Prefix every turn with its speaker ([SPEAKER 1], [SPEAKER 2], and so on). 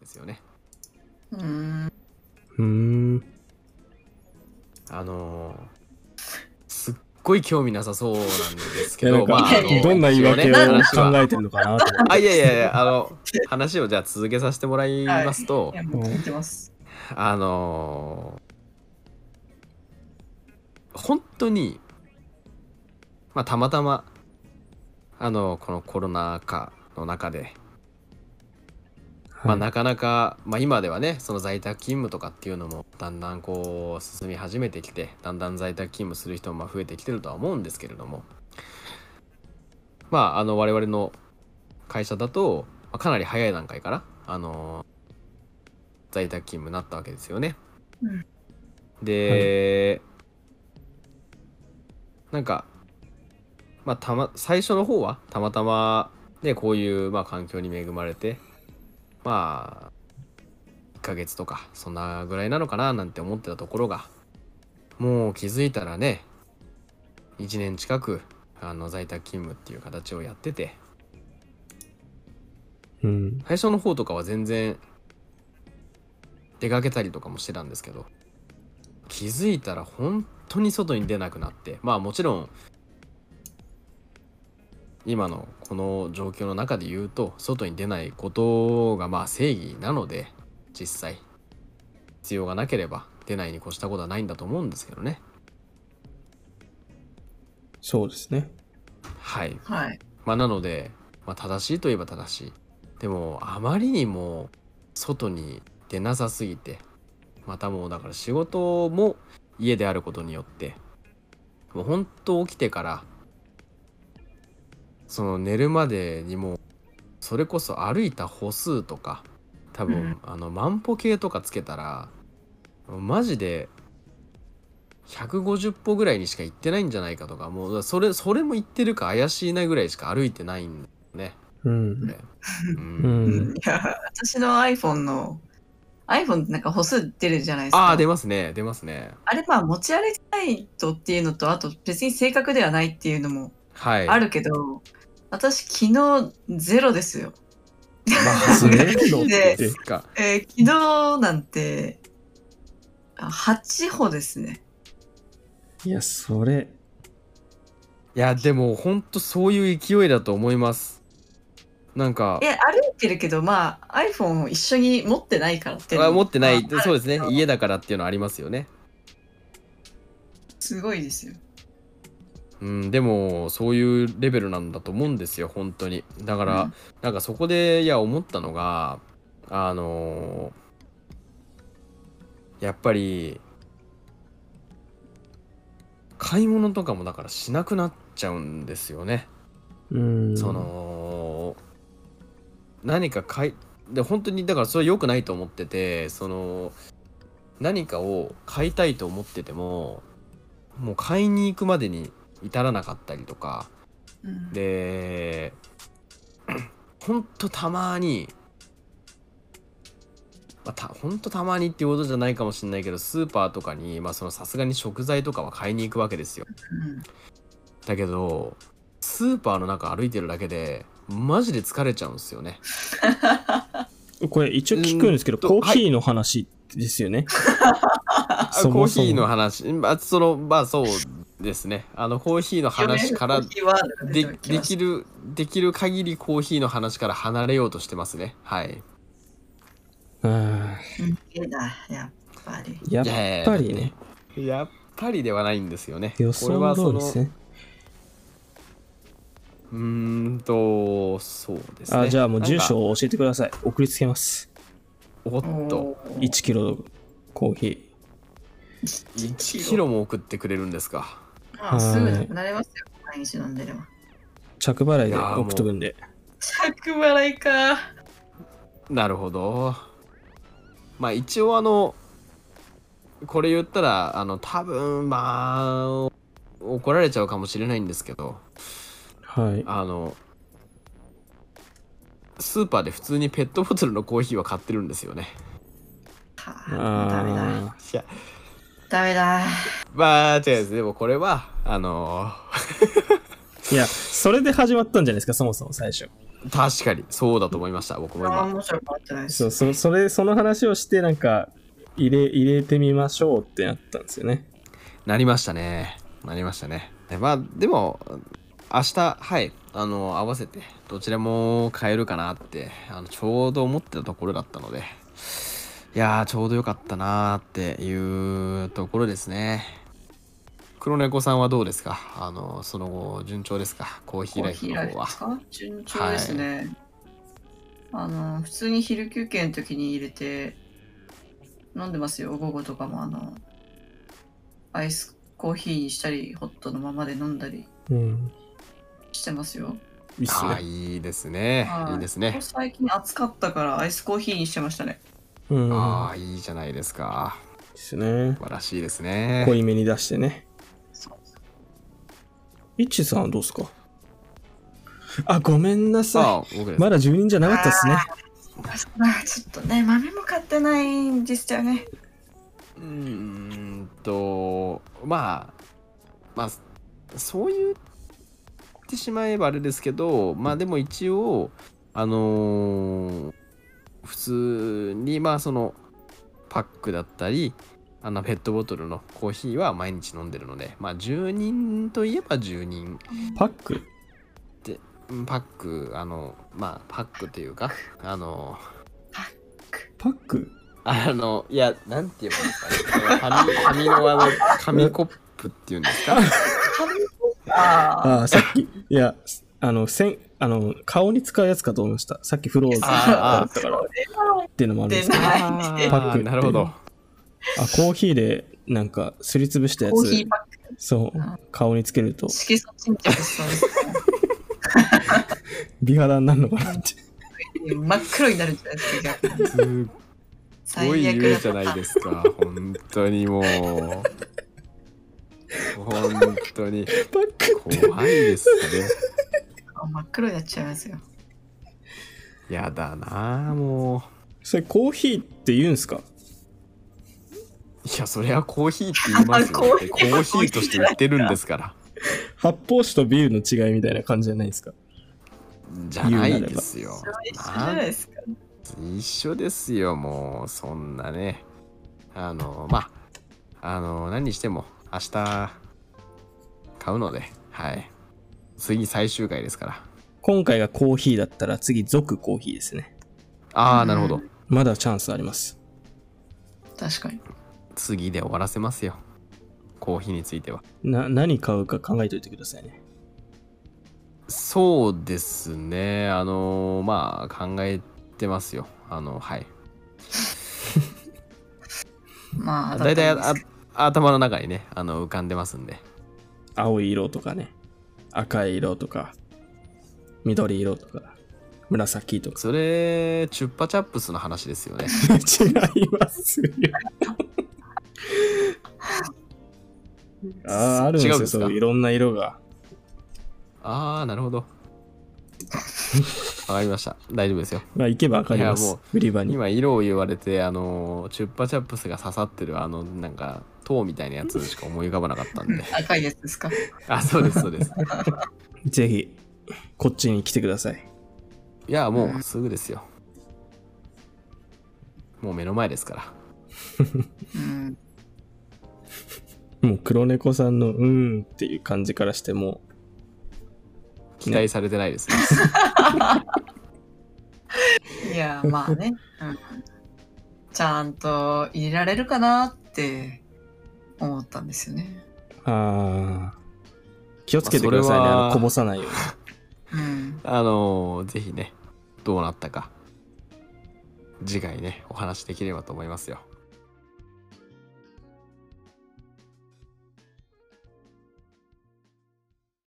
[SPEAKER 1] ですよね。
[SPEAKER 2] うーん。
[SPEAKER 3] うーん。
[SPEAKER 1] あのーすっごい興味なさそうなんですけ
[SPEAKER 3] いやな
[SPEAKER 1] ど、
[SPEAKER 3] んか
[SPEAKER 1] まあ、あの
[SPEAKER 3] どんな言い訳を
[SPEAKER 1] 一応ね話は
[SPEAKER 3] 考えてるのかなと思って。
[SPEAKER 1] あいやいやいや、あの、話をじゃあ続けさせてもらいますと、
[SPEAKER 2] いや、もう聞いてます。
[SPEAKER 1] あのー本当に、まあ、たまたま、あの、このコロナ禍の中で、まあ、
[SPEAKER 3] はい
[SPEAKER 1] なかなか、まあ、今ではねその在宅勤務とかっていうのもだんだんこう進み始めてきてだんだん在宅勤務する人もまあ増えてきてるとは思うんですけれどもまああの我々の会社だと、まあ、かなり早い段階からあの在宅勤務になったわけですよね。
[SPEAKER 2] うん
[SPEAKER 1] で、なんか、まあ、たま最初の方はたまたま、ね、こういう、まあ、環境に恵まれてまあ1ヶ月とかそんなぐらいなのかななんて思ってたところがもう気づいたらね1年近くあの在宅勤務っていう形をやってて
[SPEAKER 3] うん。
[SPEAKER 1] 最初の方とかは全然出かけたりとかもしてたんですけど気づいたら本当に外に出なくなってまあもちろん今のこの状況の中で言うと外に出ないことがまあ正義なので実際必要がなければ出ないに越したことはないんだと思うんですけどね
[SPEAKER 3] そうですね。
[SPEAKER 1] はい
[SPEAKER 2] はい。
[SPEAKER 1] まあ、なので、まあ、正しいといえば正しいでもあまりにも外に出なさすぎてまたもうだから仕事も家であることによってもう本当起きてからその寝るまでにもうそれこそ歩いた歩数とか多分、
[SPEAKER 2] うん
[SPEAKER 1] あの万歩計とかつけたらマジで150歩ぐらいにしか行ってないんじゃないかとかもうそれそれも行ってるか怪しいなぐらいしか歩いてないんだよね。
[SPEAKER 3] うん。
[SPEAKER 1] う、
[SPEAKER 3] うんん。
[SPEAKER 2] いや、私の iPhone の、iPhone ってなんか歩数出るじゃないですか。
[SPEAKER 1] ああ出ますね出ますね。
[SPEAKER 2] あれ、まあ、持ち歩きたいとっていうのと、あと別に正確ではないっていうのも
[SPEAKER 1] はい。
[SPEAKER 2] あるけど、私、昨日ゼロですよ。
[SPEAKER 3] ゼロって
[SPEAKER 1] ですか。
[SPEAKER 2] えー昨日なんて、あ8歩ですね。
[SPEAKER 3] いや、それ、
[SPEAKER 1] いやでもほんとそういう勢いだと思います。なんか
[SPEAKER 2] いや、歩いてるけど、まあ、iPhone を一緒に持ってないからっていうの
[SPEAKER 1] あ
[SPEAKER 2] も
[SPEAKER 1] 持ってない
[SPEAKER 2] まあ
[SPEAKER 1] そうですね家だからっていうのありますよね。
[SPEAKER 2] すごいですよ。
[SPEAKER 1] うん、でもそういうレベルなんだと思うんですよ本当にだから、
[SPEAKER 2] うん
[SPEAKER 1] なんかそこでいや思ったのがあのーやっぱり買い物とかもだからしなくなっちゃうんですよね、
[SPEAKER 3] うん。
[SPEAKER 1] そ、の何か買いで本当にだからそれ良くないと思っててその何かを買いたいと思っててももう買いに行くまでに至らなかったりとか
[SPEAKER 2] うん
[SPEAKER 1] で ほんとたまに、まあ、たほんとたまにっていうことじゃないかもしれないけどスーパーとかにまあそのさすがに食材とかは買いに行くわけですよ
[SPEAKER 2] うん
[SPEAKER 1] だけどスーパーの中歩いてるだけでマジで疲れちゃうんですよね
[SPEAKER 3] これ一応聞くんですけど、
[SPEAKER 1] うんと
[SPEAKER 3] コーヒーの話です よね。
[SPEAKER 1] あ
[SPEAKER 3] そもそ
[SPEAKER 1] コーヒー
[SPEAKER 3] も
[SPEAKER 1] の話まあそのまあそうですねあのコーヒーの話から
[SPEAKER 2] キーワードが出
[SPEAKER 1] で
[SPEAKER 2] てき
[SPEAKER 1] で
[SPEAKER 2] ます
[SPEAKER 1] きるできる限りコーヒーの話から離れようとしてますねはい
[SPEAKER 3] うん。
[SPEAKER 2] うんいいなやっぱり。
[SPEAKER 3] やっぱりね、
[SPEAKER 1] やっぱりではないんですよね
[SPEAKER 3] 予
[SPEAKER 1] これは
[SPEAKER 3] 想
[SPEAKER 1] その
[SPEAKER 3] 通りですね。
[SPEAKER 1] うーんとそうですね
[SPEAKER 3] あ、じゃあもう住
[SPEAKER 1] なんか
[SPEAKER 3] 所を教えてください。送りつけます。
[SPEAKER 1] おっと
[SPEAKER 2] おー
[SPEAKER 3] 1キロコーヒー。
[SPEAKER 1] 1キロも送ってくれるんですか
[SPEAKER 2] まあ、すぐなくなりますよ、毎日飲んでれば。
[SPEAKER 3] 着払い
[SPEAKER 1] い
[SPEAKER 3] で
[SPEAKER 1] やー
[SPEAKER 3] 送っとくんで。
[SPEAKER 2] 着払いか。
[SPEAKER 1] なるほどまあ一応あのこれ言ったらあの多分まあ怒られちゃうかもしれないんですけど
[SPEAKER 3] はい。
[SPEAKER 1] あのスーパーで普通にペットボトルのコーヒーは買ってるんですよね
[SPEAKER 2] はあ、ダメだ。
[SPEAKER 3] あ
[SPEAKER 1] いや
[SPEAKER 2] ダメだ。
[SPEAKER 1] まあ違うですでもこれはあの
[SPEAKER 3] ーいや、それで始まったんじゃないですか、そもそも最初。
[SPEAKER 1] 確かにそうだと思いました僕も
[SPEAKER 2] あん
[SPEAKER 1] 今
[SPEAKER 2] ま面白くなってないです
[SPEAKER 3] そう、そそれ、その話をして、なんか、入れ、入れてみましょうってなったんですよね。
[SPEAKER 1] なりましたねなりましたねえまあでも明日はいあの合わせてどちらも買えるかなってあのちょうど思ってたところだったのでいやーちょうどよかったなーっていうところですね黒猫さんはどうですかあのその後順調ですかコーヒーライフの方は
[SPEAKER 2] ですか順調ですね、あの普通に昼休憩の時に入れて飲んでますよ午後とかもあのアイスコーヒーにしたりホットのままで飲んだり
[SPEAKER 3] うん。
[SPEAKER 2] してますよ
[SPEAKER 3] いいっす
[SPEAKER 1] ああ
[SPEAKER 3] ね。
[SPEAKER 1] いいですね
[SPEAKER 2] はい
[SPEAKER 1] いいですね
[SPEAKER 2] 最近暑かったからアイスコーヒーにしてましたね
[SPEAKER 3] うん。
[SPEAKER 1] ああいいじゃないですか
[SPEAKER 3] いいっすね
[SPEAKER 1] 素。晴らしいですね
[SPEAKER 3] 濃いめに出してね。
[SPEAKER 2] そう
[SPEAKER 3] いっちさんはどうっすかあ、ごめんなさ
[SPEAKER 1] さあ僕で
[SPEAKER 3] い。
[SPEAKER 1] す
[SPEAKER 3] まだ住人じゃなかったっすね。
[SPEAKER 2] あちょっとね豆も買ってないんですよね
[SPEAKER 1] うーんとまあまあそそう言ってしまえばあれですけどまあでも一応あのー普通にまあそのパックだったりあのペットボトルのコーヒーは毎日飲んでるのでまあ10人といえば10人
[SPEAKER 3] パック
[SPEAKER 1] うんパックあのまあパックというかあの
[SPEAKER 3] パック
[SPEAKER 1] あのいやなんて言えばいいですかね紙紙のあの紙コップっていうんですか
[SPEAKER 2] あ
[SPEAKER 3] ああ、さっき、いや、あの、せん、あの、顔に使うやつかと思いました。さっきフローズだ
[SPEAKER 1] あ
[SPEAKER 3] ったからっ
[SPEAKER 2] それは
[SPEAKER 3] ていうのもあるんですけど、あ、
[SPEAKER 1] あー
[SPEAKER 3] パックって
[SPEAKER 1] なるほど。
[SPEAKER 3] コーヒーでなんかすりつぶしたや
[SPEAKER 2] コーヒ
[SPEAKER 3] つ
[SPEAKER 2] ー、パック
[SPEAKER 3] そう
[SPEAKER 2] あ、
[SPEAKER 3] 顔につけると
[SPEAKER 2] 色素沈着しそうですね
[SPEAKER 3] 美肌になるのかなって。
[SPEAKER 2] 真っ黒になるんじゃないですか逆に
[SPEAKER 1] すっごい
[SPEAKER 2] 最悪
[SPEAKER 1] 言う
[SPEAKER 2] だ
[SPEAKER 1] じゃない
[SPEAKER 2] す
[SPEAKER 1] ですか。 本当にもう。本当に
[SPEAKER 3] パック
[SPEAKER 1] 怖いですね。
[SPEAKER 2] 真っ黒になっちゃいますよ
[SPEAKER 1] やだなあも
[SPEAKER 3] それコーヒーって言うんすか
[SPEAKER 1] う。いや、それはコーヒーって言いますよ。
[SPEAKER 2] コ
[SPEAKER 1] だっ
[SPEAKER 2] ーヒ
[SPEAKER 1] て
[SPEAKER 2] ー
[SPEAKER 1] コーヒーとして売ってるんですから。
[SPEAKER 3] 発泡酒とビールの違いみたいな感じじゃないですか
[SPEAKER 1] じゃないですよ
[SPEAKER 2] それ。は一緒じゃないですか
[SPEAKER 1] 一緒ですよもうそんなねあのまああの何にしても明日買うのではい次最終回ですから
[SPEAKER 3] 今回がコーヒーだったら次、続コーヒーですね。
[SPEAKER 1] ああ、
[SPEAKER 2] うん
[SPEAKER 1] なるほど
[SPEAKER 3] まだチャンスあります。
[SPEAKER 2] 確かに
[SPEAKER 1] 次で終わらせますよコーヒーについては
[SPEAKER 3] な、何買うか考えておいてくださいね。
[SPEAKER 1] そうですねあのまあ考えてますよあのはい
[SPEAKER 2] まあ
[SPEAKER 1] 大体
[SPEAKER 2] だった
[SPEAKER 1] あ
[SPEAKER 2] んです
[SPEAKER 1] 頭の中にねあの浮かんでますんで
[SPEAKER 3] 青い色とかね赤い色とか緑色とか紫 とか
[SPEAKER 1] それチュッパチャップスの話ですよね
[SPEAKER 3] 違いますよ あーあるんです
[SPEAKER 1] 違うん
[SPEAKER 3] よ
[SPEAKER 1] ですか
[SPEAKER 3] そういろんな色が
[SPEAKER 1] ああなるほどわかりました大丈夫ですよ
[SPEAKER 3] まあ行けば分かりま
[SPEAKER 1] いや
[SPEAKER 3] す
[SPEAKER 1] も
[SPEAKER 3] 売り場に
[SPEAKER 1] 今色を言われてあのチュッパチャップスが刺さってるあのなんか塔みたいなやつしか思い浮かばなかったんで
[SPEAKER 2] 赤いやつですか
[SPEAKER 1] あそうですそうです
[SPEAKER 3] ぜひこっちに来てください
[SPEAKER 1] いやもうすぐですよもう目の前ですから
[SPEAKER 2] うん
[SPEAKER 3] もう黒猫さんの「うーん」っていう感じからしても
[SPEAKER 1] 期待されてないですね
[SPEAKER 2] いやまあね、うん、ちゃんと入れられるかなって思ったんですよね
[SPEAKER 3] あー気をつけてくださいね
[SPEAKER 1] まあそれは
[SPEAKER 3] あのこぼさないように
[SPEAKER 2] うん
[SPEAKER 1] あのぜひねどうなったか次回ねお話しできればと思いますよ